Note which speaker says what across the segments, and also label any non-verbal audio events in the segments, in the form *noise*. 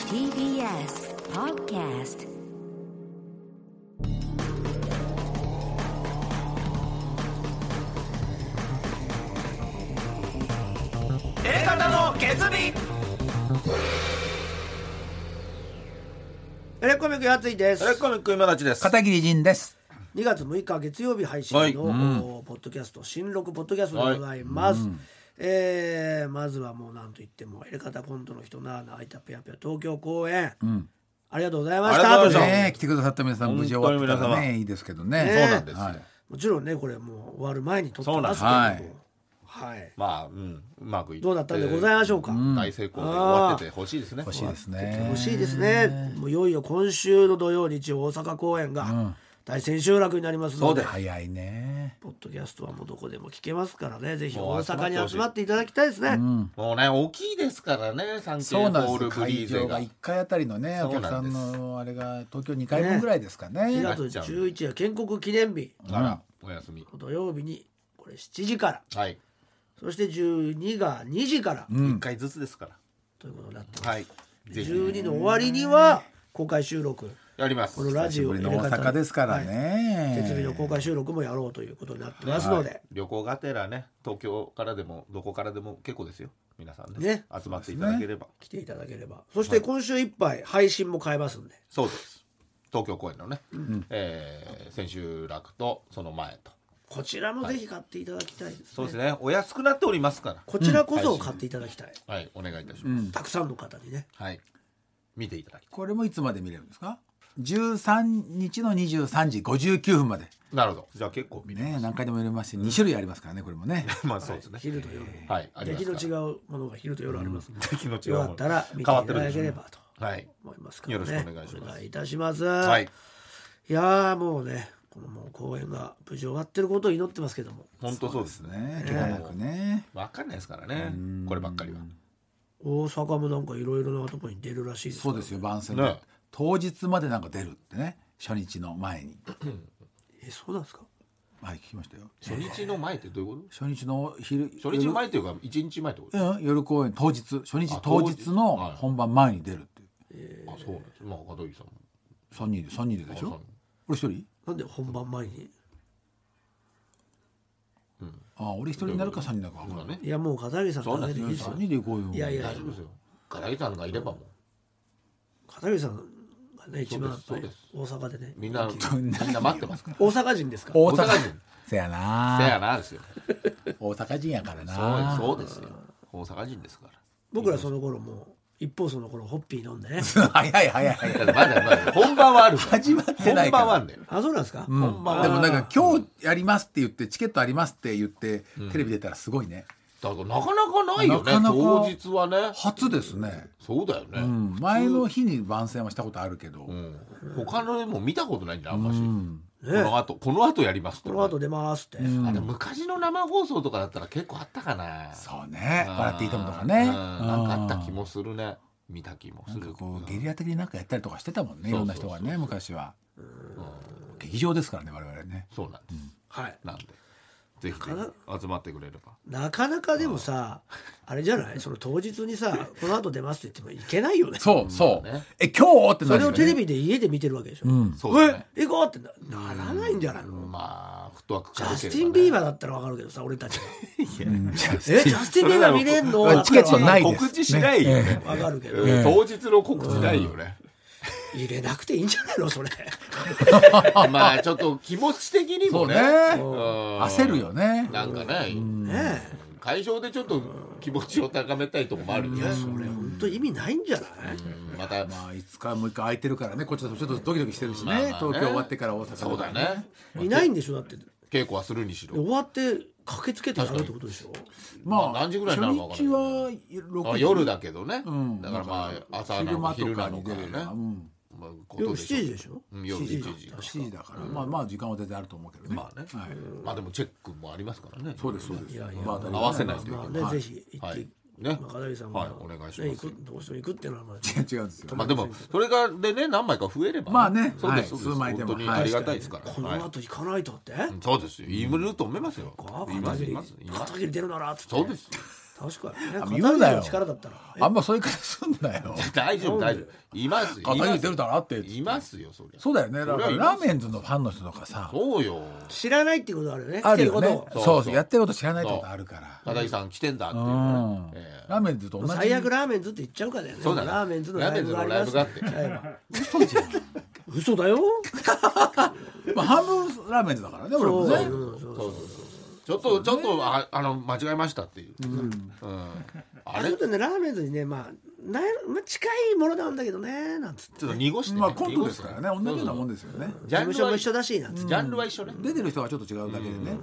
Speaker 1: TBS Podcast
Speaker 2: 方の決意
Speaker 3: エレコミックやついです
Speaker 2: エレコミック今立ちです
Speaker 4: 片桐仁です。
Speaker 3: 2月6日月曜日配信の、
Speaker 2: はいうん
Speaker 3: おポッドキャスト新録ポッドキャストでございます、えーまずはもうなんといってもエレカタコントの人なあなあいたぺやぺや東京公演、ありがとうございまし
Speaker 2: ありが
Speaker 3: た
Speaker 2: とうございました
Speaker 4: ねえ、来てくださった皆さん無事終わってた
Speaker 2: 本当に
Speaker 4: ら
Speaker 2: 皆様
Speaker 4: ね、いいですけどね。
Speaker 3: ねえ
Speaker 2: そうなんですよ、
Speaker 4: はい
Speaker 3: もちろんねこれもう終わる前に撮ってますけ
Speaker 2: そ
Speaker 3: ど
Speaker 2: う
Speaker 3: も
Speaker 4: なんです
Speaker 3: はい、
Speaker 2: まあうんうまくいって
Speaker 3: どうだったんでございましょうか、
Speaker 2: 大成功で終わっててほしいですね
Speaker 4: 欲しいですね。
Speaker 3: 欲しいですねもういよいよ今週の土曜日大阪公演が大千秋楽になりますので、
Speaker 4: 早いね。
Speaker 3: ポッドキャストはもうどこでも聞けますからねぜひ
Speaker 2: もう
Speaker 3: 大
Speaker 2: 集まってほしい
Speaker 3: 阪に集まっていただきたいですね、
Speaker 2: もうね大きいですからねサンケ
Speaker 4: そう
Speaker 2: イ
Speaker 4: なん
Speaker 2: ホー
Speaker 4: です
Speaker 2: ル
Speaker 4: よ。
Speaker 2: ブリ
Speaker 4: 会
Speaker 2: ーゼ
Speaker 4: 場
Speaker 2: が
Speaker 4: が一回あたりのね、お
Speaker 2: そう
Speaker 4: 客
Speaker 2: な
Speaker 4: さ
Speaker 2: んで
Speaker 4: ん
Speaker 2: す
Speaker 4: のあれが東京二回分ぐらいですかね。
Speaker 3: 2
Speaker 2: ね
Speaker 3: 月11は建国記念日
Speaker 2: あらお休み
Speaker 3: 土曜日にこれ7時から
Speaker 2: はい
Speaker 3: そして12が2時から
Speaker 2: 一、回ずつですから
Speaker 3: ということになって
Speaker 2: はいぜひ
Speaker 3: 12の終わりには公開収録
Speaker 2: やります
Speaker 3: このラジオ
Speaker 4: これの大阪ですからね。
Speaker 3: 設備の公開収録もやろうということになってますので、
Speaker 2: 旅行がてらね東京からでもどこからでも結構ですよ皆さんね
Speaker 3: ね
Speaker 2: 集まっていただければ
Speaker 3: 来ていただければそして今週いっぱい配信も変えますんで
Speaker 2: そうです東京公演のね、えー千秋楽とその前と
Speaker 3: こちらもぜひ買っていただきたいですね,、
Speaker 2: そうですねお安くなっておりますから
Speaker 3: こちらこそ買っていただきたい、
Speaker 2: はいお願いいたします、
Speaker 3: たくさんの方にね
Speaker 2: はい見ていただきた
Speaker 4: これもいつまで見れるんですか？十三日の二十三時五十九分まで。
Speaker 2: いなるほどじゃあ結構見れ *laughs*
Speaker 4: ね
Speaker 2: ま、す、
Speaker 4: 何回でも見れますし、二種類ありますからね、これもね。
Speaker 2: まあそうですね
Speaker 3: 昼と夜
Speaker 2: はいありま
Speaker 3: 敵
Speaker 2: す
Speaker 3: の
Speaker 2: から
Speaker 3: 違うものが昼と夜ありますので、
Speaker 2: 敵の違う
Speaker 3: よ
Speaker 2: もの
Speaker 3: かったら見てい
Speaker 2: 変わ
Speaker 3: た
Speaker 2: ってる
Speaker 3: だ
Speaker 2: でしょ
Speaker 3: け
Speaker 2: うね
Speaker 3: ればと
Speaker 2: はい
Speaker 3: 思いますから、ね、
Speaker 2: よろしくお願いします
Speaker 3: お願いいたします、
Speaker 2: はい
Speaker 3: いやーもうねこのもう公演が無事終わってることを祈ってますけども
Speaker 2: 本当そうですね
Speaker 4: ね、怪我なくね。
Speaker 2: 分かんないですからねこればっかりは
Speaker 3: 大阪もなんかいろいろなとこに出るらしいです
Speaker 4: そうですよ番宣で、
Speaker 2: ね
Speaker 4: 当日までなんか出るってね初日の前に
Speaker 3: えそうなんですか
Speaker 4: はい聞きましたよ
Speaker 2: 初日の前ってどういうこ
Speaker 4: 初日の昼
Speaker 2: と初日の前っていうか一日前ってこと
Speaker 4: 夜,、うん、夜公演当日初日
Speaker 2: あ
Speaker 4: 当
Speaker 2: 当日
Speaker 4: 日の
Speaker 2: はい
Speaker 4: 本番前に出るっていう、
Speaker 2: あそうなんですまあ片桐さんも
Speaker 4: 三人で三人ででし
Speaker 2: あ
Speaker 4: ょ俺一人
Speaker 3: なんで本番前に
Speaker 4: あ俺一人になるか三人になるか分
Speaker 2: そ
Speaker 4: か
Speaker 2: うんだ
Speaker 4: ない
Speaker 2: ね
Speaker 3: いやもう片桐さん
Speaker 2: そう
Speaker 3: 考
Speaker 2: なん
Speaker 3: え
Speaker 2: で
Speaker 3: て
Speaker 2: す
Speaker 3: い
Speaker 2: よ
Speaker 3: いですよ
Speaker 4: 三人で行こうよ
Speaker 3: いやいや
Speaker 2: 大丈夫ですよ片桐さんがいればもう
Speaker 3: 片桐さんがね一番やっぱ
Speaker 2: そ
Speaker 3: り
Speaker 2: うです
Speaker 3: 大阪でね
Speaker 2: み *laughs* んなみんな待ってますから
Speaker 3: 大阪人ですから
Speaker 4: 大
Speaker 2: 大阪
Speaker 4: 阪
Speaker 2: 人
Speaker 4: 人せや
Speaker 2: せや *laughs*
Speaker 4: な
Speaker 2: なですよ
Speaker 4: 大阪人やからな
Speaker 2: そうですそうですよ大阪人ですから
Speaker 3: 僕らその頃もう一方その頃ホッピー飲んで
Speaker 2: *laughs*
Speaker 3: ね
Speaker 4: 早い早い早い
Speaker 2: だからまだまだ本番はあるから
Speaker 4: 始まって
Speaker 2: 本
Speaker 4: ないから
Speaker 2: 番はあるんだよ
Speaker 3: あそうなんですか、
Speaker 2: 本番は
Speaker 4: でもなんか今日やりますって言ってチケットありますって言って、テレビ出たらすごいね
Speaker 2: だからなかなかないよね
Speaker 4: なかなか
Speaker 2: 当日はね
Speaker 4: 初ですね
Speaker 2: そうだよね、
Speaker 4: うん、前の日に番宣はしたことあるけど、
Speaker 2: うん、他のでも見たことないんだあんまし、こ
Speaker 3: ね
Speaker 2: の後この後やりますって
Speaker 3: この後出ますって、
Speaker 2: あでも昔の生放送とかだったら結構あったかな
Speaker 4: そうね「
Speaker 2: あー
Speaker 4: 笑っていいとも」とかね、
Speaker 2: う
Speaker 4: うんん
Speaker 2: なんかあった気もするね見た気もす
Speaker 4: なん
Speaker 2: る
Speaker 4: かこうゲリラ的になんかやったりとかしてたもんねい
Speaker 2: そうそう
Speaker 4: ろ
Speaker 2: んそ
Speaker 4: な
Speaker 2: う
Speaker 4: 人がね昔は劇場ですからね我々ね
Speaker 2: そうなんです、
Speaker 3: はい
Speaker 2: なんでぜひぜひ集まってくれれば
Speaker 3: なかなかでもさあれじゃないその当日にさこの後出ますって言ってもいけないよね
Speaker 4: そうそう、
Speaker 2: ね
Speaker 4: え今日ってな
Speaker 3: そ
Speaker 4: る
Speaker 3: れ
Speaker 4: よ
Speaker 3: を
Speaker 4: ね
Speaker 3: テレビで家で見てるわけでしょ、うん、
Speaker 2: そうだね
Speaker 3: え行こうってなならないんじゃないの、
Speaker 2: まあフットワーク
Speaker 3: ジ
Speaker 2: 軽ければ
Speaker 3: ャ
Speaker 2: ね
Speaker 3: スティン・ビーバーだったらわかるけどさ俺たちは
Speaker 4: うんジャ *laughs* ス
Speaker 3: えジャスティン・ビーバー見れんの
Speaker 4: それならチケットない
Speaker 3: わ
Speaker 4: です
Speaker 2: 告知しないよね
Speaker 3: かるけど、
Speaker 2: うん当日の告知ないよね、
Speaker 3: 入れなくていいんじゃないのそれ
Speaker 2: まあちょっと気持ち的に
Speaker 4: そ
Speaker 2: も
Speaker 4: う
Speaker 2: ね
Speaker 4: ね
Speaker 2: うん
Speaker 4: 焦るよね
Speaker 2: なんかね、
Speaker 3: ねえ
Speaker 2: 会場でちょっと気持ちを高めたいとこもあるよね、
Speaker 3: それ本当意味ないんじゃない、
Speaker 2: うんまた
Speaker 4: まあいつかもう一回空いてるからねこっちだとちょっとドキドキしてるしね,、
Speaker 2: まあまあね
Speaker 4: 東京終わってから大阪
Speaker 2: そうだね
Speaker 3: いないんでしょだって
Speaker 2: 稽古はするにしろ
Speaker 3: 終わって駆けつけてやるってことでしょ
Speaker 4: まあ、
Speaker 2: まあ何時ぐらいになるかわか
Speaker 4: 初
Speaker 2: ん
Speaker 4: 日
Speaker 2: な
Speaker 4: はい6
Speaker 2: あ
Speaker 4: 時
Speaker 2: 夜だけどね、
Speaker 4: ん
Speaker 2: だからまあ朝なの
Speaker 4: 昼
Speaker 2: か
Speaker 4: 間と
Speaker 2: 昼な
Speaker 4: か
Speaker 2: の
Speaker 4: に
Speaker 2: か
Speaker 4: 出
Speaker 2: ね
Speaker 4: れるな、うん、
Speaker 2: まあこと
Speaker 3: 夜7
Speaker 2: でしょう
Speaker 3: 時でしょ
Speaker 2: うん夜7時
Speaker 4: 7時だから、まあまあ時間は全然あると思うけどね
Speaker 2: まあね、
Speaker 4: はい、
Speaker 2: まあでもチェックもありますからね
Speaker 4: そうですそうです
Speaker 3: やいや
Speaker 4: まあ
Speaker 2: 合わせないといけな
Speaker 3: まあ
Speaker 2: い、
Speaker 3: ね、
Speaker 4: はい
Speaker 3: ぜひ行っ
Speaker 2: は
Speaker 3: て、
Speaker 2: いね
Speaker 3: 中谷さんも、
Speaker 2: はいお願いします
Speaker 3: ね、行くどうしても行くっていうの
Speaker 2: *laughs*
Speaker 3: はまあ
Speaker 4: 違うんですよ
Speaker 2: まあでもそれがでね何枚か増えればね、
Speaker 4: まあね
Speaker 2: そうです、そう
Speaker 4: はい
Speaker 2: です
Speaker 4: 数枚で
Speaker 2: 本
Speaker 4: も
Speaker 2: 当にありがたいですから、
Speaker 3: この
Speaker 2: はい
Speaker 3: 後行かないとって、
Speaker 2: うんそうですよいると思いますよ、
Speaker 3: あ
Speaker 2: いま
Speaker 3: 片
Speaker 2: すい
Speaker 3: 桐
Speaker 2: ますいます
Speaker 3: 片桐出るならっつって
Speaker 2: そうですよ
Speaker 3: 確かにね
Speaker 4: あ言うな
Speaker 3: 肩
Speaker 4: よ
Speaker 3: の力だったら
Speaker 4: あんまそういう感じすん
Speaker 2: *laughs*
Speaker 4: なよ
Speaker 2: 大丈夫大丈夫いますい
Speaker 4: 肩
Speaker 2: ま
Speaker 4: に
Speaker 2: す
Speaker 4: 出るだろって
Speaker 2: いますよそりゃ
Speaker 4: そうだよねだから
Speaker 2: それはいま
Speaker 4: ラ
Speaker 2: す
Speaker 4: ーメンズのファンの人とかさ
Speaker 2: そうよ
Speaker 3: 知らないっていうことはあるよね
Speaker 4: あるよね
Speaker 3: 知ってること
Speaker 4: そ
Speaker 2: そうう
Speaker 4: そう
Speaker 2: そう
Speaker 4: やってること知らないってことあるから
Speaker 2: 片木さん来てんだっていう
Speaker 4: う
Speaker 2: の
Speaker 4: ん
Speaker 2: ねえ
Speaker 4: ラーメンズと
Speaker 3: を
Speaker 4: 同じ
Speaker 3: 最悪ラーメンズって言っちゃうからだよね
Speaker 2: そうだね
Speaker 3: ラーメンズのライブがあります
Speaker 2: ラーメンズのライ
Speaker 3: 嘘じゃん嘘だよ
Speaker 4: まあ半分ラーメンズだからね俺も
Speaker 3: そう
Speaker 4: ね
Speaker 3: そうそう
Speaker 2: えそうそうそうちょっとちょっとああの間違えましたっていううんあ
Speaker 3: あ
Speaker 2: れ
Speaker 3: れ
Speaker 2: ちょ
Speaker 3: とねラーメンズにねまあなまあ近いものなんだけどねなんつって
Speaker 2: っと濁してね
Speaker 4: まあコントですからね同じようなもん
Speaker 2: で
Speaker 4: ですよね
Speaker 2: ジ
Speaker 3: 事
Speaker 2: ャン
Speaker 3: 務所
Speaker 2: ル
Speaker 3: も
Speaker 2: は
Speaker 3: 一緒だしなんつっ
Speaker 2: ジャンルは一緒ね
Speaker 4: 出てる人がちょっと違うだけでね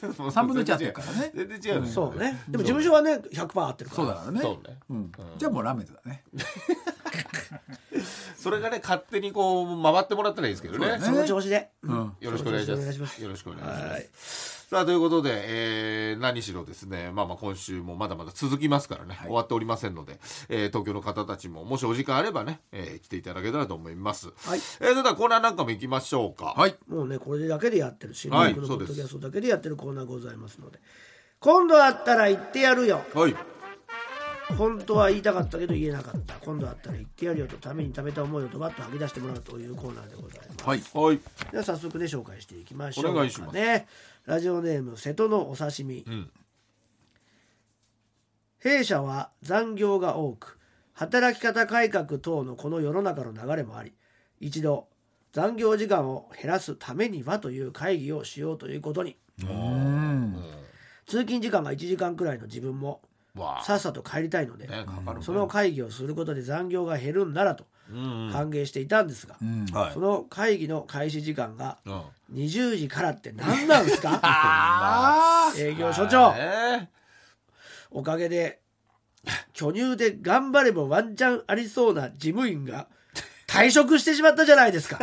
Speaker 4: 3分の1あってるからね
Speaker 2: 全然違う
Speaker 3: て
Speaker 2: ね
Speaker 3: そうねでも事務所はね100%合ってるか
Speaker 4: そうだ
Speaker 3: ら
Speaker 4: からね
Speaker 2: そうね
Speaker 4: うんじゃあもうラーメンズだね
Speaker 2: それがね勝手にこう回ってもらったらいいですけどね
Speaker 4: だね
Speaker 3: その調子でうん
Speaker 2: よろしくお願いし
Speaker 3: よろ
Speaker 2: ま
Speaker 3: しくお願いします
Speaker 2: す。よろしくお願いします。さあということで、えー何しろですね、まあまあ今週もまだまだ続きますからね、終わっておりませんので、えー東京の方たちももしお時間あればね、えー来ていただけたらと思います。
Speaker 3: は
Speaker 2: え
Speaker 3: い
Speaker 2: ーそれではコーナーなんかも行きましょうか。
Speaker 4: はい
Speaker 3: もうねこれだけでやってるし、
Speaker 2: は
Speaker 3: はいのポッドキャストだけでやってるコーナーございますので今度会ったら言ってやるよ
Speaker 2: はい。
Speaker 3: 本当は言いたかったけど言えなかった今度会ったら言ってやるよとためにためた思いをドバッと吐き出してもらうというコーナーでございます
Speaker 4: はい
Speaker 2: はい。
Speaker 3: では早速ね紹介していきましょうか、ね、
Speaker 2: お願いします
Speaker 3: ラジオネーム瀬戸のお刺身、
Speaker 2: ん
Speaker 3: 弊社は残業が多く働き方改革等のこの世の中の流れもあり一度残業時間を減らすためにはという会議をしようということに
Speaker 4: うん
Speaker 3: 通勤時間が1時間くらいの自分も
Speaker 2: わあ。
Speaker 3: さっさと帰りたいので、
Speaker 2: ねかかるね
Speaker 3: その会議をすることで残業が減るんならと歓迎していたんですが、
Speaker 2: はい
Speaker 3: そ。の会議の開始時間が
Speaker 2: うん。ま
Speaker 3: 20時からって何なんですか
Speaker 2: あ
Speaker 3: 営業所長
Speaker 2: ね
Speaker 3: おかげで巨乳で頑張ればワンチャンありそうな事務員が退職してしまったじゃないですか、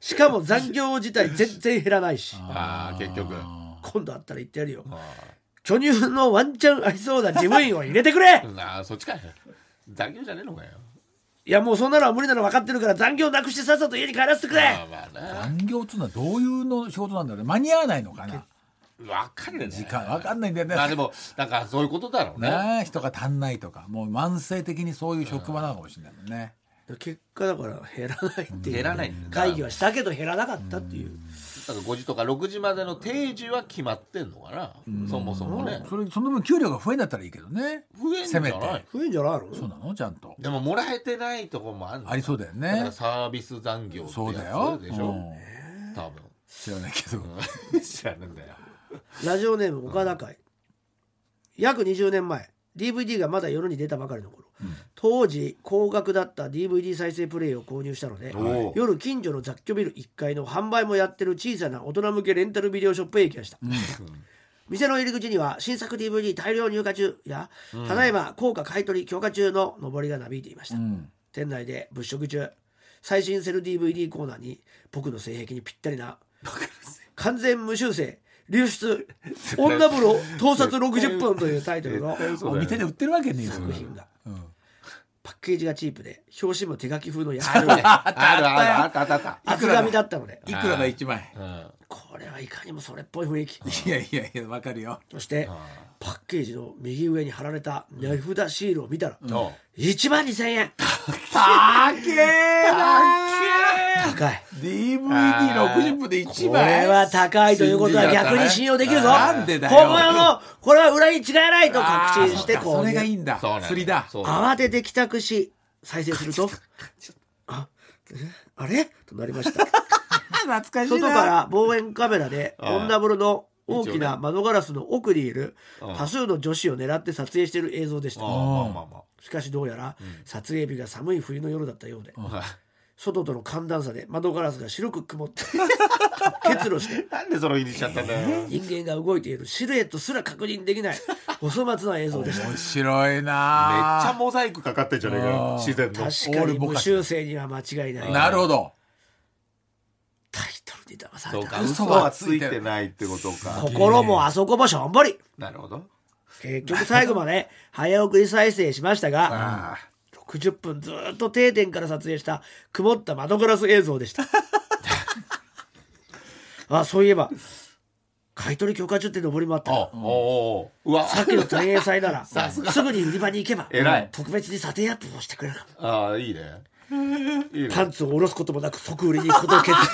Speaker 3: しかも残業自体全然減らないし
Speaker 2: ああ結局。
Speaker 3: 今度あったら言ってやるよ巨乳のワンチャンありそうな事務員を入れてくれ
Speaker 2: ああそっちかい。残業じゃねえのかよ。
Speaker 3: いやもうそんなのは無理なの分かってるから残業なくしてさっさと家に帰らせてく
Speaker 2: まあ
Speaker 3: れ
Speaker 2: まあね。
Speaker 4: 残業っつうのはどういうの仕事なんだろうね間に合わないのかな
Speaker 2: わかんねえね。
Speaker 4: 時間わかんないんだよね
Speaker 2: まあでもなんかそういうことだろうね。
Speaker 4: なあ人が足んないとかもう慢性的にそういう職場なのかもしれないもんね
Speaker 3: 結果だから減らないっていう
Speaker 2: 減らない
Speaker 3: 会議はしたけど減らなかったっていう
Speaker 2: なんか5時とか6時までの定時は決まってんのかな、そもそもね、
Speaker 4: それその分給料が増えんだったらいいけどね
Speaker 2: 増えんじゃない
Speaker 4: せめて
Speaker 3: 増えんじゃないの
Speaker 4: そうなのちゃんと
Speaker 2: でももらえてないとこもある
Speaker 4: ありそうだよ
Speaker 2: だから
Speaker 4: ね
Speaker 2: サービス残業って
Speaker 4: そうだ
Speaker 2: や
Speaker 4: よ
Speaker 2: つでしょ、
Speaker 4: うん
Speaker 2: 多
Speaker 4: 知らないけど
Speaker 2: 分 *laughs* 知らねえんだよ
Speaker 3: ラジオネーム岡田会、約20年前 DVD がまだ夜に出たばかりの頃、当時高額だった DVD 再生プレイを購入したので
Speaker 2: おう
Speaker 3: 夜近所の雑居ビル1階の販売もやってる小さな大人向けレンタルビデオショップへ行きました、店の入り口には新作 DVD 大量入荷中や、ただいま高価買取強化中の上りがなびいていました、
Speaker 4: うん
Speaker 3: 店内で物色中最新セル DVD コーナーに僕の性癖にぴったりな完全無修正流出女風呂盗撮60分というタイトルの
Speaker 4: お店で売ってるわけねえよそれ
Speaker 3: 作品がパッケージがチープで表紙も手書き風のやつ
Speaker 2: あるねあるあるあったあったあっ
Speaker 3: 厚紙だったので
Speaker 4: いくらが一枚
Speaker 2: た、うん、
Speaker 3: これはいかにもそれっぽい雰囲気
Speaker 4: いやいやいやわかるよ
Speaker 3: そしてパッケージの右上に貼られた値札シールを見たら
Speaker 2: どう
Speaker 3: 1万2000円
Speaker 4: たけえ
Speaker 3: 高い
Speaker 4: DVD60 分で一
Speaker 3: こ
Speaker 4: 枚
Speaker 3: れは高いということは
Speaker 4: 信じちゃった
Speaker 3: 逆
Speaker 4: ね
Speaker 3: に信用できるぞ
Speaker 4: なんでだよ
Speaker 3: 本物のこれは裏に違いないと確信して
Speaker 4: あーそっか
Speaker 3: 購
Speaker 4: それがい
Speaker 3: 入
Speaker 4: いんだ
Speaker 2: そうなんだ
Speaker 4: 釣りだ
Speaker 2: そう
Speaker 3: 慌てて帰宅し再生するとあえあれとなりま
Speaker 4: *laughs*
Speaker 3: した
Speaker 4: 懐かしいな
Speaker 3: 外から望遠カメラで
Speaker 2: ああ
Speaker 3: 女風呂の大きな窓ガラスの奥にいる多数の女子を狙って撮影している映像でした
Speaker 2: ああまあまあま
Speaker 3: しかしどうやら撮影日が寒い冬の夜だったようで
Speaker 2: あ、はい
Speaker 3: 外との寒暖差で窓ガラスが白く曇って
Speaker 4: *laughs*
Speaker 3: 結露して
Speaker 2: なんでその日にしちゃったんだよ、
Speaker 3: 人間が動いているシルエットすら確認で
Speaker 2: *laughs*
Speaker 3: きないお粗末な映像でした
Speaker 4: 面白い
Speaker 2: めっ
Speaker 4: な
Speaker 2: ちゃモザイクかかってんじゃねえかよ自然の
Speaker 3: 確かに無修正には間違いない
Speaker 4: なるほど
Speaker 3: タイトルに騙さ
Speaker 2: そ
Speaker 3: れ
Speaker 2: う
Speaker 3: た
Speaker 2: か
Speaker 4: 嘘
Speaker 2: 嘘
Speaker 4: は
Speaker 2: はついてないってことか
Speaker 3: 心もあそこもしょんぼり
Speaker 2: なるほど
Speaker 3: 結局最後まで早送り再生しましたが
Speaker 2: *laughs* あ
Speaker 3: 60分ずっと定点から撮影した曇っ
Speaker 2: *laughs*
Speaker 3: た窓ガラス映像でしたあそういえば買い取り許可中って上りもあった
Speaker 2: あ
Speaker 3: よ、
Speaker 2: おおうわ
Speaker 3: さっきの天営祭なら
Speaker 2: *laughs* さすが
Speaker 3: すぐに売り場に行けば
Speaker 2: 偉い
Speaker 3: 特別に査定アップをしてくれるかも
Speaker 2: ああいい
Speaker 3: *laughs*
Speaker 2: ねいいね
Speaker 3: パンツを下ろすこともなく即売りに行くことを決定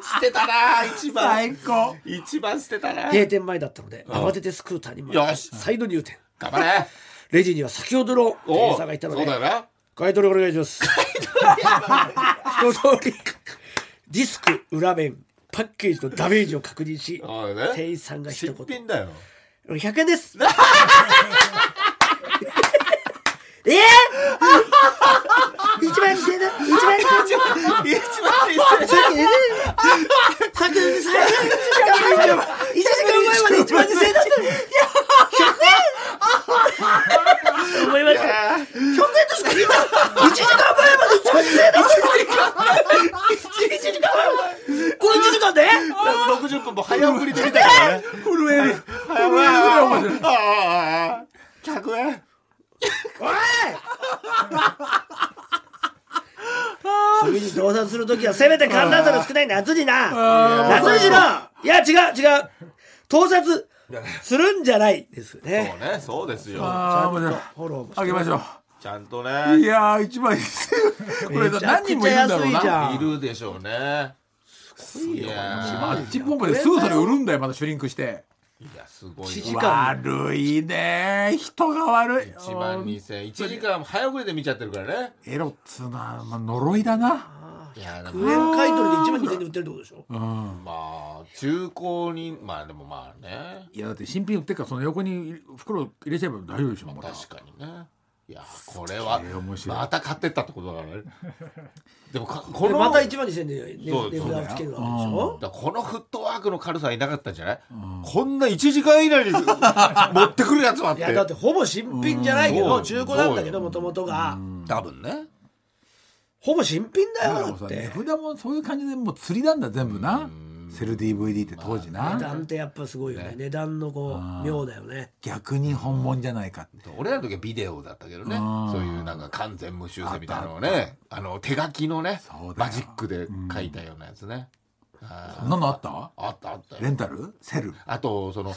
Speaker 2: *laughs* 捨てたな一番
Speaker 4: 最高
Speaker 2: 一番捨てたな
Speaker 3: 閉店前だったので慌ててスクーターに乗り
Speaker 2: よし
Speaker 3: 再度入店
Speaker 2: 頑張れ
Speaker 3: レジには先ほどの *laughs* 店
Speaker 2: お
Speaker 3: 員
Speaker 2: う
Speaker 3: さんがいたの
Speaker 2: そうだよ
Speaker 3: で
Speaker 2: な
Speaker 3: 買い取りお願いします一通りディスク裏面パッケージのダメージを確認し
Speaker 2: ああね
Speaker 3: 店員さんが一
Speaker 2: 新
Speaker 3: 言
Speaker 2: 品だよ
Speaker 3: 「100
Speaker 2: *laughs*
Speaker 3: 円です」えー、一番下だ一番下
Speaker 2: 一番 아,
Speaker 3: さっき、さっき、さっき、1時間前まで一番2000円だったのに。100円思いました。100円ですか今、1時間前まで一番2000円だったのに。1時間前これ1時間で
Speaker 2: 六十分も早送りで見たからね
Speaker 4: 震える
Speaker 2: やばいやばいああああ100円
Speaker 3: おい次に動産するときはせめて寒暖差の少ない夏にな夏にしろいや違う違う盗撮するんじゃないですよ
Speaker 2: そ
Speaker 3: ね
Speaker 2: うねそうですよ
Speaker 4: ああ面白い
Speaker 3: フォローもして
Speaker 4: あげましょ
Speaker 2: ちゃんと
Speaker 4: うい
Speaker 2: ね
Speaker 4: やー一枚ですこれ
Speaker 3: めちゃ
Speaker 4: 何
Speaker 3: くちゃ
Speaker 4: 人もいるんだろう
Speaker 3: 安いじゃ
Speaker 4: なん
Speaker 2: いるでしょうねすごいよいや
Speaker 4: チップンプですぐそれ売るんだよまたシュリンクして
Speaker 2: いやすごい
Speaker 3: 1時
Speaker 2: わ
Speaker 3: 間
Speaker 4: 悪いねー人が悪い
Speaker 2: 1万2000円1時間早送りで見ちゃってるからね
Speaker 4: エロっつうな、まあ、呪いだな、
Speaker 2: いやでも
Speaker 3: 上の買い取りで1万2000円で売ってるってことでしょ
Speaker 4: うん、
Speaker 2: まあ中古にまあでもまあね
Speaker 4: いやだって新品売ってっからその横に袋入れちゃえば大丈夫でしょもう
Speaker 2: 確かにねいやこれは
Speaker 4: すげえ面白い
Speaker 2: また買ってったってことだ
Speaker 4: *laughs*
Speaker 2: からねでもかこ
Speaker 3: で
Speaker 2: の
Speaker 3: また1万2000円で値
Speaker 2: そう
Speaker 3: 値
Speaker 2: そうだよ
Speaker 3: 札をつけるわけでしょ
Speaker 2: だからこのフットワークの軽さはいなかったんじゃない、こんな1時間以
Speaker 4: *laughs*
Speaker 2: 内に持ってくるやつはっ
Speaker 3: いやだっててほぼ新品じゃないけど
Speaker 2: うん
Speaker 3: 中古なんだけど
Speaker 2: そう
Speaker 3: もともとが
Speaker 2: 多分ね
Speaker 3: ほぼ新品だ
Speaker 4: だから
Speaker 3: よ
Speaker 4: もう
Speaker 3: だっ
Speaker 4: さ
Speaker 3: て
Speaker 4: 値札もそういう感じでもう釣りなんだ全部なセル DVD って当時な、
Speaker 3: 値段ってやっぱすごいよね値段のこう妙だよね
Speaker 4: 逆に本物じゃないかって
Speaker 2: 俺らの時はビデオだったけどね
Speaker 4: うん
Speaker 2: そういうなんか完全無修正みたいなのをねあの手書きのね
Speaker 4: うだよ
Speaker 2: マジックで書いたようなやつね、あ
Speaker 4: そんなのあった
Speaker 2: ーあったあったよ
Speaker 4: レンタルセル
Speaker 2: あとその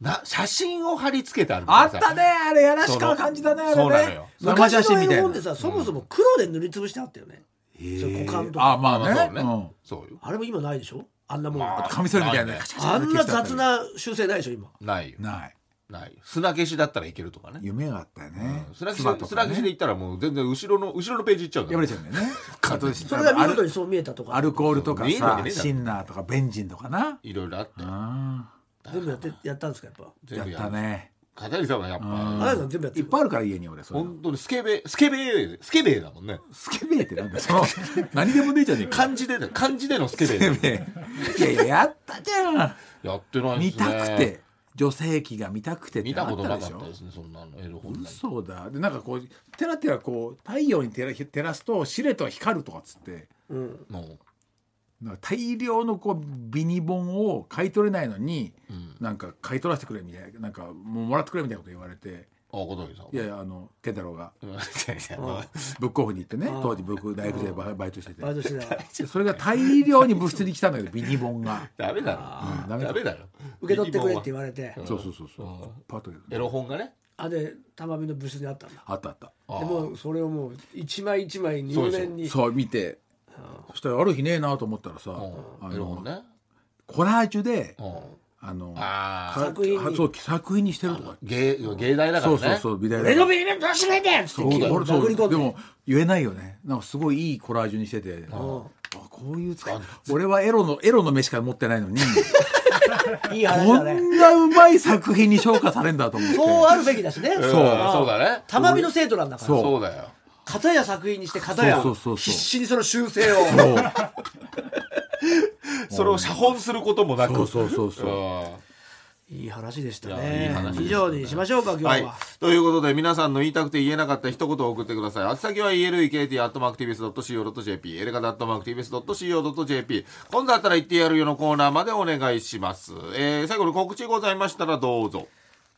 Speaker 2: な写真を貼り付けてある
Speaker 4: あっ
Speaker 2: からさ
Speaker 4: たねあれやらしかを感じたねあれね
Speaker 2: そうなのよ
Speaker 4: 生
Speaker 3: 昔
Speaker 4: 写真
Speaker 3: の
Speaker 4: み
Speaker 3: 絵
Speaker 4: たい
Speaker 3: 本っ
Speaker 4: な
Speaker 3: てさそもそも黒で塗りつぶしてあったよねそういう股間と
Speaker 4: あ
Speaker 3: か
Speaker 4: まあね,、
Speaker 2: まあ
Speaker 4: うん
Speaker 2: そうよ
Speaker 3: あれも今ないでしょあんなもん
Speaker 2: ま
Speaker 3: あ
Speaker 2: あ
Speaker 4: カミソリみたいな
Speaker 2: ないね
Speaker 4: ねカシャカシャ
Speaker 3: んな雑な修正ないでしょ今
Speaker 2: ないよ
Speaker 4: ない
Speaker 2: ないよ砂消しだったらいけるとかね
Speaker 4: 夢があったよね、
Speaker 2: 砂消し
Speaker 4: 妻と
Speaker 2: 砂
Speaker 4: か
Speaker 2: 消しで
Speaker 4: ね
Speaker 2: 行ったらもう全然後ろの後ろのページ行っちゃうから
Speaker 4: 破れちゃうんだよねあと
Speaker 3: それが見
Speaker 4: あ
Speaker 3: 事に
Speaker 4: る
Speaker 3: そう見えたと
Speaker 4: ア
Speaker 3: か
Speaker 4: ルコールとか
Speaker 2: 見えるわけ
Speaker 4: さ
Speaker 2: ねえだろ
Speaker 4: シンナーとかベンジンとかない
Speaker 2: ろいろあって
Speaker 4: あ
Speaker 3: 全部やってやったんですかやっぱ
Speaker 4: ーや
Speaker 2: 全部
Speaker 4: ったね
Speaker 2: 片桐さんはやっ
Speaker 3: あ
Speaker 2: ぱ
Speaker 3: やさん全部やって
Speaker 4: いっ
Speaker 3: る
Speaker 4: ぱいあるから家に俺そういうの
Speaker 2: 本当にスケベスケベスケベだもんね
Speaker 4: スケベってなんだよその何でもねえじゃねえか
Speaker 2: 漢字でね漢字でのスケベ
Speaker 4: スケベいやいややったじゃん
Speaker 2: やってないで
Speaker 4: 見
Speaker 2: すね
Speaker 4: たくて女性器が見たくてって
Speaker 2: 見た
Speaker 4: あ
Speaker 2: こ
Speaker 4: っ
Speaker 2: と
Speaker 4: た
Speaker 2: な
Speaker 4: で
Speaker 2: か
Speaker 4: し
Speaker 2: っ
Speaker 4: ょ
Speaker 2: たですねそんなのエロ本なんて
Speaker 4: そうだでなんかこうテラテラこう太陽に照ら照らすとシレと光るとかっつって
Speaker 3: うん
Speaker 2: もう
Speaker 4: なんか大量のこうビニ本を買い取れないのに、なんか買い取らせてくれみたいななんかもうもらってくれみたいなこと言われて
Speaker 2: あ片桐さん *laughs*
Speaker 4: いやいやあの健太郎が
Speaker 2: うんいやいやまあ
Speaker 4: ブックオフに行ってね当時僕大学でババイトしてて
Speaker 3: バイトしてた
Speaker 4: *laughs*
Speaker 3: から
Speaker 4: でそれが大量に部室に来たんだけどビニ本が
Speaker 2: ダメだろ
Speaker 4: ダメだ
Speaker 2: ダメだろ
Speaker 3: 受け取ってくれって言われて
Speaker 4: そうそうそうそうパッとけど
Speaker 2: エロ本がね
Speaker 3: あで玉美の部室にあったんだ
Speaker 4: あったあった
Speaker 3: でもうそれをもう一枚一枚入念に
Speaker 4: そう見てそしたらある日ねえなと思ったらさ
Speaker 2: う
Speaker 4: あ
Speaker 2: んエロ本
Speaker 4: の
Speaker 2: ね
Speaker 4: コラージュで
Speaker 2: うん
Speaker 4: あの
Speaker 2: あー
Speaker 4: か
Speaker 3: 作品に
Speaker 4: そう作品にしてるとか
Speaker 2: 芸芸大だから
Speaker 4: そ
Speaker 2: ね
Speaker 4: うそうそう美大
Speaker 3: 俺の
Speaker 4: だ
Speaker 3: ビールどうしないでっつって
Speaker 4: そう
Speaker 3: 切り
Speaker 4: 俺そう
Speaker 3: 殴り込ん
Speaker 4: で
Speaker 3: で
Speaker 4: も言えないよねなんかすごいいいコラージュにしててあこういう使い俺はエロのエロの目しか持ってないのに
Speaker 3: いい話
Speaker 4: こ
Speaker 3: だね
Speaker 4: んなうまい作品に昇華されんだと思って
Speaker 3: そうあるべきだしねそう
Speaker 2: そうだね
Speaker 3: 玉美の生徒なんだから
Speaker 4: そう
Speaker 2: そうだよ
Speaker 3: 片や作品にして片や
Speaker 4: そうそうそうそう
Speaker 3: 必死にその修正を
Speaker 4: そう
Speaker 2: それを写本することもなく
Speaker 4: そうそうそうそう
Speaker 2: うん
Speaker 3: いい話でした
Speaker 2: いやいい
Speaker 3: ね
Speaker 2: 話でしたね
Speaker 3: 以上にしましょうか今
Speaker 2: は
Speaker 3: 日
Speaker 2: い
Speaker 3: は。
Speaker 2: ということで、皆さんの言いたくて言えなかった一言を送ってください。宛先は elekt.mactvs.co.jp、エレカタ .mactvs.co.jp。今度あったら言ってやるよのコーナーまでお願いします。えー、最後に告知ございましたらどうぞ。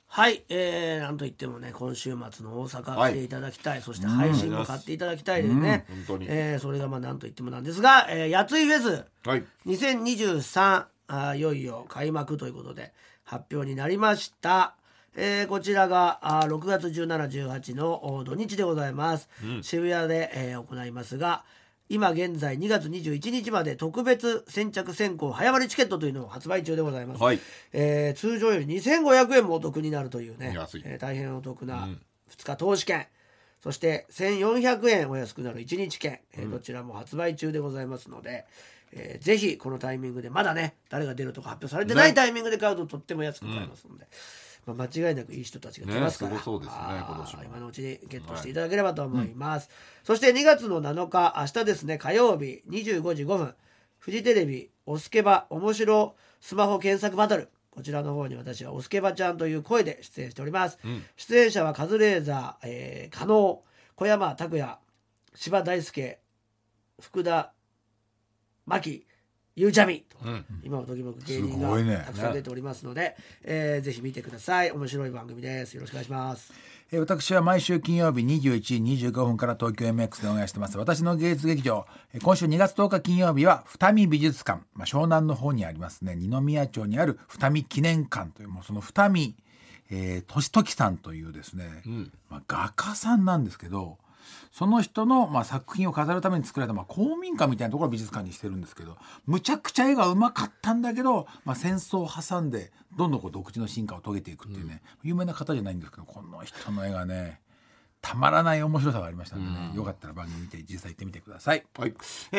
Speaker 3: はい、えー、なんといってもね今週末の大
Speaker 2: は
Speaker 3: 阪
Speaker 2: い
Speaker 3: 来ていただきたい、そして配信も買っていただきたいですね、
Speaker 2: うん本当に
Speaker 3: えーそれがまあなんといってもなんですが、えー、やついフェス
Speaker 2: はい。
Speaker 3: 2023あーいよいよ開幕ということで発表になりました。えーこちらがあー6月17、18のお土日でございます。渋谷で、えー行いますが、今現在2月21日まで特別先着先行早割チケットというのを発売中でございます。
Speaker 2: はい
Speaker 3: えー通常より2500円もお得になるというね、
Speaker 2: 安い
Speaker 3: えー大変お得な2日投資券、そして1400円お安くなる1日券、えーどちらも発売中でございますので、えーぜひこのタイミングでまだね誰が出るとか発表されてない
Speaker 2: ね
Speaker 3: タイミングで買うととっても安く買えますので、まあ、間違いなくいい人たちが来ますから、
Speaker 2: ねすごそうですね
Speaker 3: あー
Speaker 2: 今年も
Speaker 3: 今のうちにゲットしていただければと思います、そして2月の7日明日ですね火曜日25時5分フジテレビ「おすけばおもしろスマホ検索バトル」こちらの方に私はおすけばちゃんという声で出演しております、出演者はカズレーザー、えー、加納小山拓也柴大輔福田真紀ゆうちゃみと、
Speaker 2: うん
Speaker 3: 今をときめく芸人
Speaker 4: すごいね
Speaker 3: がたくさん出ておりますのでえーぜひ見てください面白い番組ですよろしくお願いします
Speaker 4: えー私は毎週金曜日21時25分から東京 MX でお願いしてます私の芸術劇場えー今週2月10日金曜日は二見美術館、まあ、湘南の方にありますね二宮町にある二見記念館というもうその二見えー俊時さんというですね、まあ、画家さんなんですけどその人の、まあ、作品を飾るために作られた、まあ、公民館みたいなところを美術館にしてるんですけどむちゃくちゃ絵がうまかったんだけど、まあ、戦争を挟んでどんどんこう独自の進化を遂げていくっていうね、有名な方じゃないんですけどこの人の絵がねたまらない面白さがありましたんでね、よかったら番組見て実際行ってみてください。
Speaker 2: はい。え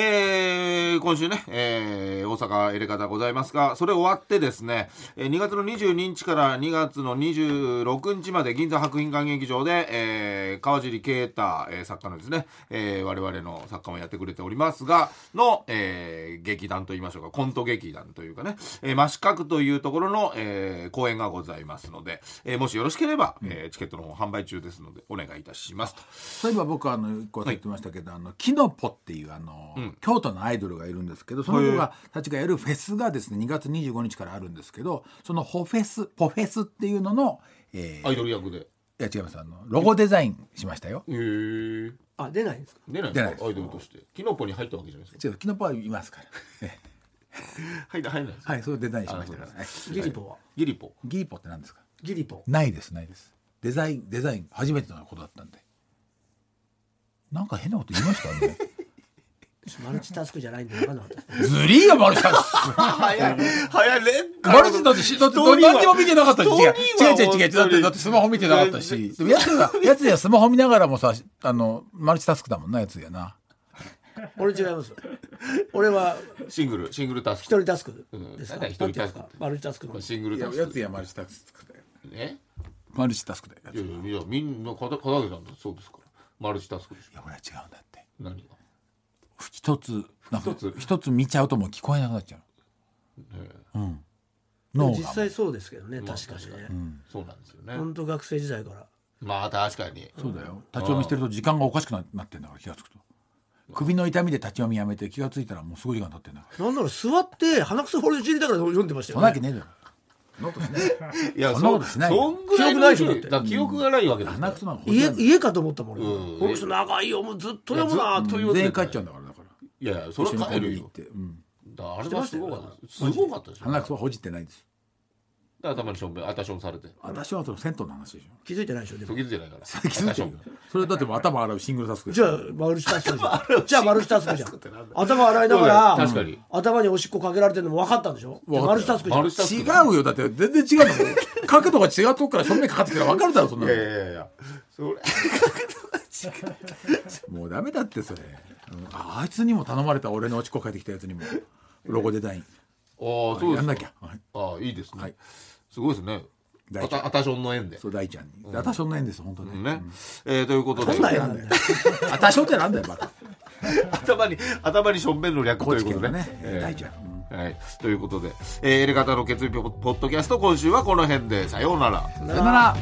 Speaker 2: ー、今週ね、えー、大阪エレカタございますが、それ終わってですね、えー2月の22日から2月の26日まで銀座博品館劇場で、えー、川尻啓太、えー作家のですね、えー、我々の作家もやってくれておりますが、の、えー、劇団といいましょうか、コント劇団というかね、えー、真四角というところの、えー、公演がございますので、えー、もしよろしければ、えー、チケットの方販売中ですので、お願いいたしますと。
Speaker 4: そういえば僕はあの一個忘れてましたけど、あのキノポっていうあの、京都のアイドルがいるんですけどその子がたちがやるフェスがですね2月25日からあるんですけどそのホフェスポフェスっていうのの、えー
Speaker 2: ア
Speaker 4: い
Speaker 2: イドル役で。
Speaker 4: や違いますあのロゴデザインしましたよ。
Speaker 2: へー。
Speaker 3: あ出ないんですか
Speaker 2: 出ない
Speaker 4: 出
Speaker 2: で
Speaker 4: な
Speaker 2: す
Speaker 4: いです
Speaker 2: かアイドルとしてキノコに入ったわけじゃないです
Speaker 4: 違うキノポはいますから。ええ
Speaker 2: か入ら入らないです
Speaker 4: はい、それをデザインしましたから。はい
Speaker 3: ギリポは、
Speaker 2: ギリポ
Speaker 4: ギリポって何ですか。
Speaker 3: ギリ *laughs* ポ
Speaker 4: ないですないです。デザインデザイン初めてのことだったんで。なんか変なこと言いました *laughs* ね。
Speaker 3: マルチタスクじゃないんで分か *laughs* んなかったです
Speaker 4: ずりーよマルシタス。
Speaker 2: 早い早いレン
Speaker 4: マルチだってし、だって何にも見てなかったし。違う違う違う違う。だって、だってスマホ見てなかったし。でもやつが、やつやスマホ見ながらもさ、あの、マルチタスクだもんな、やつやな。
Speaker 3: 俺違いますよ俺は
Speaker 2: シングルシングルタス
Speaker 3: 一
Speaker 2: ク
Speaker 3: 人タスクですか,、
Speaker 2: うん一人タスク
Speaker 3: なんていうんですかマルチタスクの
Speaker 2: シングルタスク
Speaker 4: やマルチタスクだよ。
Speaker 2: ね
Speaker 4: マルチタスクだよ。
Speaker 2: いやいやいやみんな片片桐さんだってそうですからマルチタスクでしょ
Speaker 4: いや、俺は違うんだって。
Speaker 2: 何が
Speaker 4: 一つ、なんか
Speaker 2: 一つ
Speaker 4: 一つ見ちゃうともう聞こえなくなっちゃう。うん。脳
Speaker 3: 実
Speaker 4: が。
Speaker 3: 際そうですけどね確かにね、
Speaker 2: そうなんですよね
Speaker 3: 本当学生時代から
Speaker 2: まあ確かに
Speaker 4: そうだよ。立ち読みしてると時間がおかしくななってんだから気がつくと。首の痛みで立ち読みやめて気がついたらもうすごい時間経ってんだから。
Speaker 3: なんなら座って鼻くそ掘り散りだから読んでましたよ
Speaker 4: そんなわ
Speaker 3: ね
Speaker 4: けねえだろ。
Speaker 2: いや
Speaker 4: そんなことしないよ
Speaker 2: そんぐらいの
Speaker 3: 記憶ないでしょだって
Speaker 2: だから記憶がないわけですから
Speaker 4: 鼻くそなんかほ
Speaker 3: 家
Speaker 4: ん
Speaker 3: 家かと思ったもん、俺
Speaker 2: うん
Speaker 3: この人長いよもうずっと読
Speaker 2: い
Speaker 3: む
Speaker 2: や
Speaker 3: な
Speaker 2: ずっ
Speaker 3: と
Speaker 2: と
Speaker 3: いう
Speaker 2: 読んで
Speaker 4: 全員帰っちゃうんだからだから。
Speaker 2: いやいやそれは帰るよ
Speaker 4: て、うん、
Speaker 2: だからあれはすごかったですすごかったですよ
Speaker 4: 鼻くそはほじってないんです
Speaker 2: で頭にしょんべんアタションされて
Speaker 4: 私はその銭湯の話でしょ
Speaker 3: 気づいてないでしょでも
Speaker 2: 時じゃないから
Speaker 4: 気づいてるよそれだってもう頭洗うシングルタスクでし
Speaker 3: じゃ
Speaker 4: ょ
Speaker 3: あマルチタスクじゃんじゃあマルチタスクじゃん
Speaker 2: マルチタスクってなんだ
Speaker 3: 頭洗いながら
Speaker 2: そうだよ確かに
Speaker 3: 頭におしっこかけられてるのも分かったんでしょ
Speaker 4: かったよ
Speaker 3: マルチタスクじゃ
Speaker 2: マ
Speaker 3: ん
Speaker 2: ルチタスク
Speaker 4: 違
Speaker 2: だ
Speaker 4: うよだって全然違うんだもん角度が違うとこから正面かかってきたら分かるだろそんない
Speaker 2: やい
Speaker 4: の
Speaker 2: やいやそれ
Speaker 4: もうダメだってそれ、うんああいつにも頼まれた俺のおちっこ帰ってきたやつにもロゴデザイン
Speaker 2: ああそうで
Speaker 4: や
Speaker 2: す
Speaker 4: ん
Speaker 2: か
Speaker 4: なきゃはい
Speaker 2: ああいいですね、
Speaker 4: はい
Speaker 2: すごいですね
Speaker 4: 大
Speaker 2: ア
Speaker 4: ちゃん
Speaker 2: タアタションの縁で
Speaker 4: そう大ちゃんに、私そんな縁です本当ね、
Speaker 2: ね、えーということで
Speaker 3: そんなんやなんだよ
Speaker 4: *laughs* 私ってなんだよバカ
Speaker 2: 頭に頭にしょんべんの略と
Speaker 4: 高
Speaker 2: いう
Speaker 4: 知
Speaker 2: こ
Speaker 4: 県
Speaker 2: とで
Speaker 4: のね、
Speaker 2: えー
Speaker 4: 大ちゃん、うん
Speaker 2: はい、ということで、えー、エレガタの決意ポッドキャスト今週はこの辺でさようなら
Speaker 4: さよなら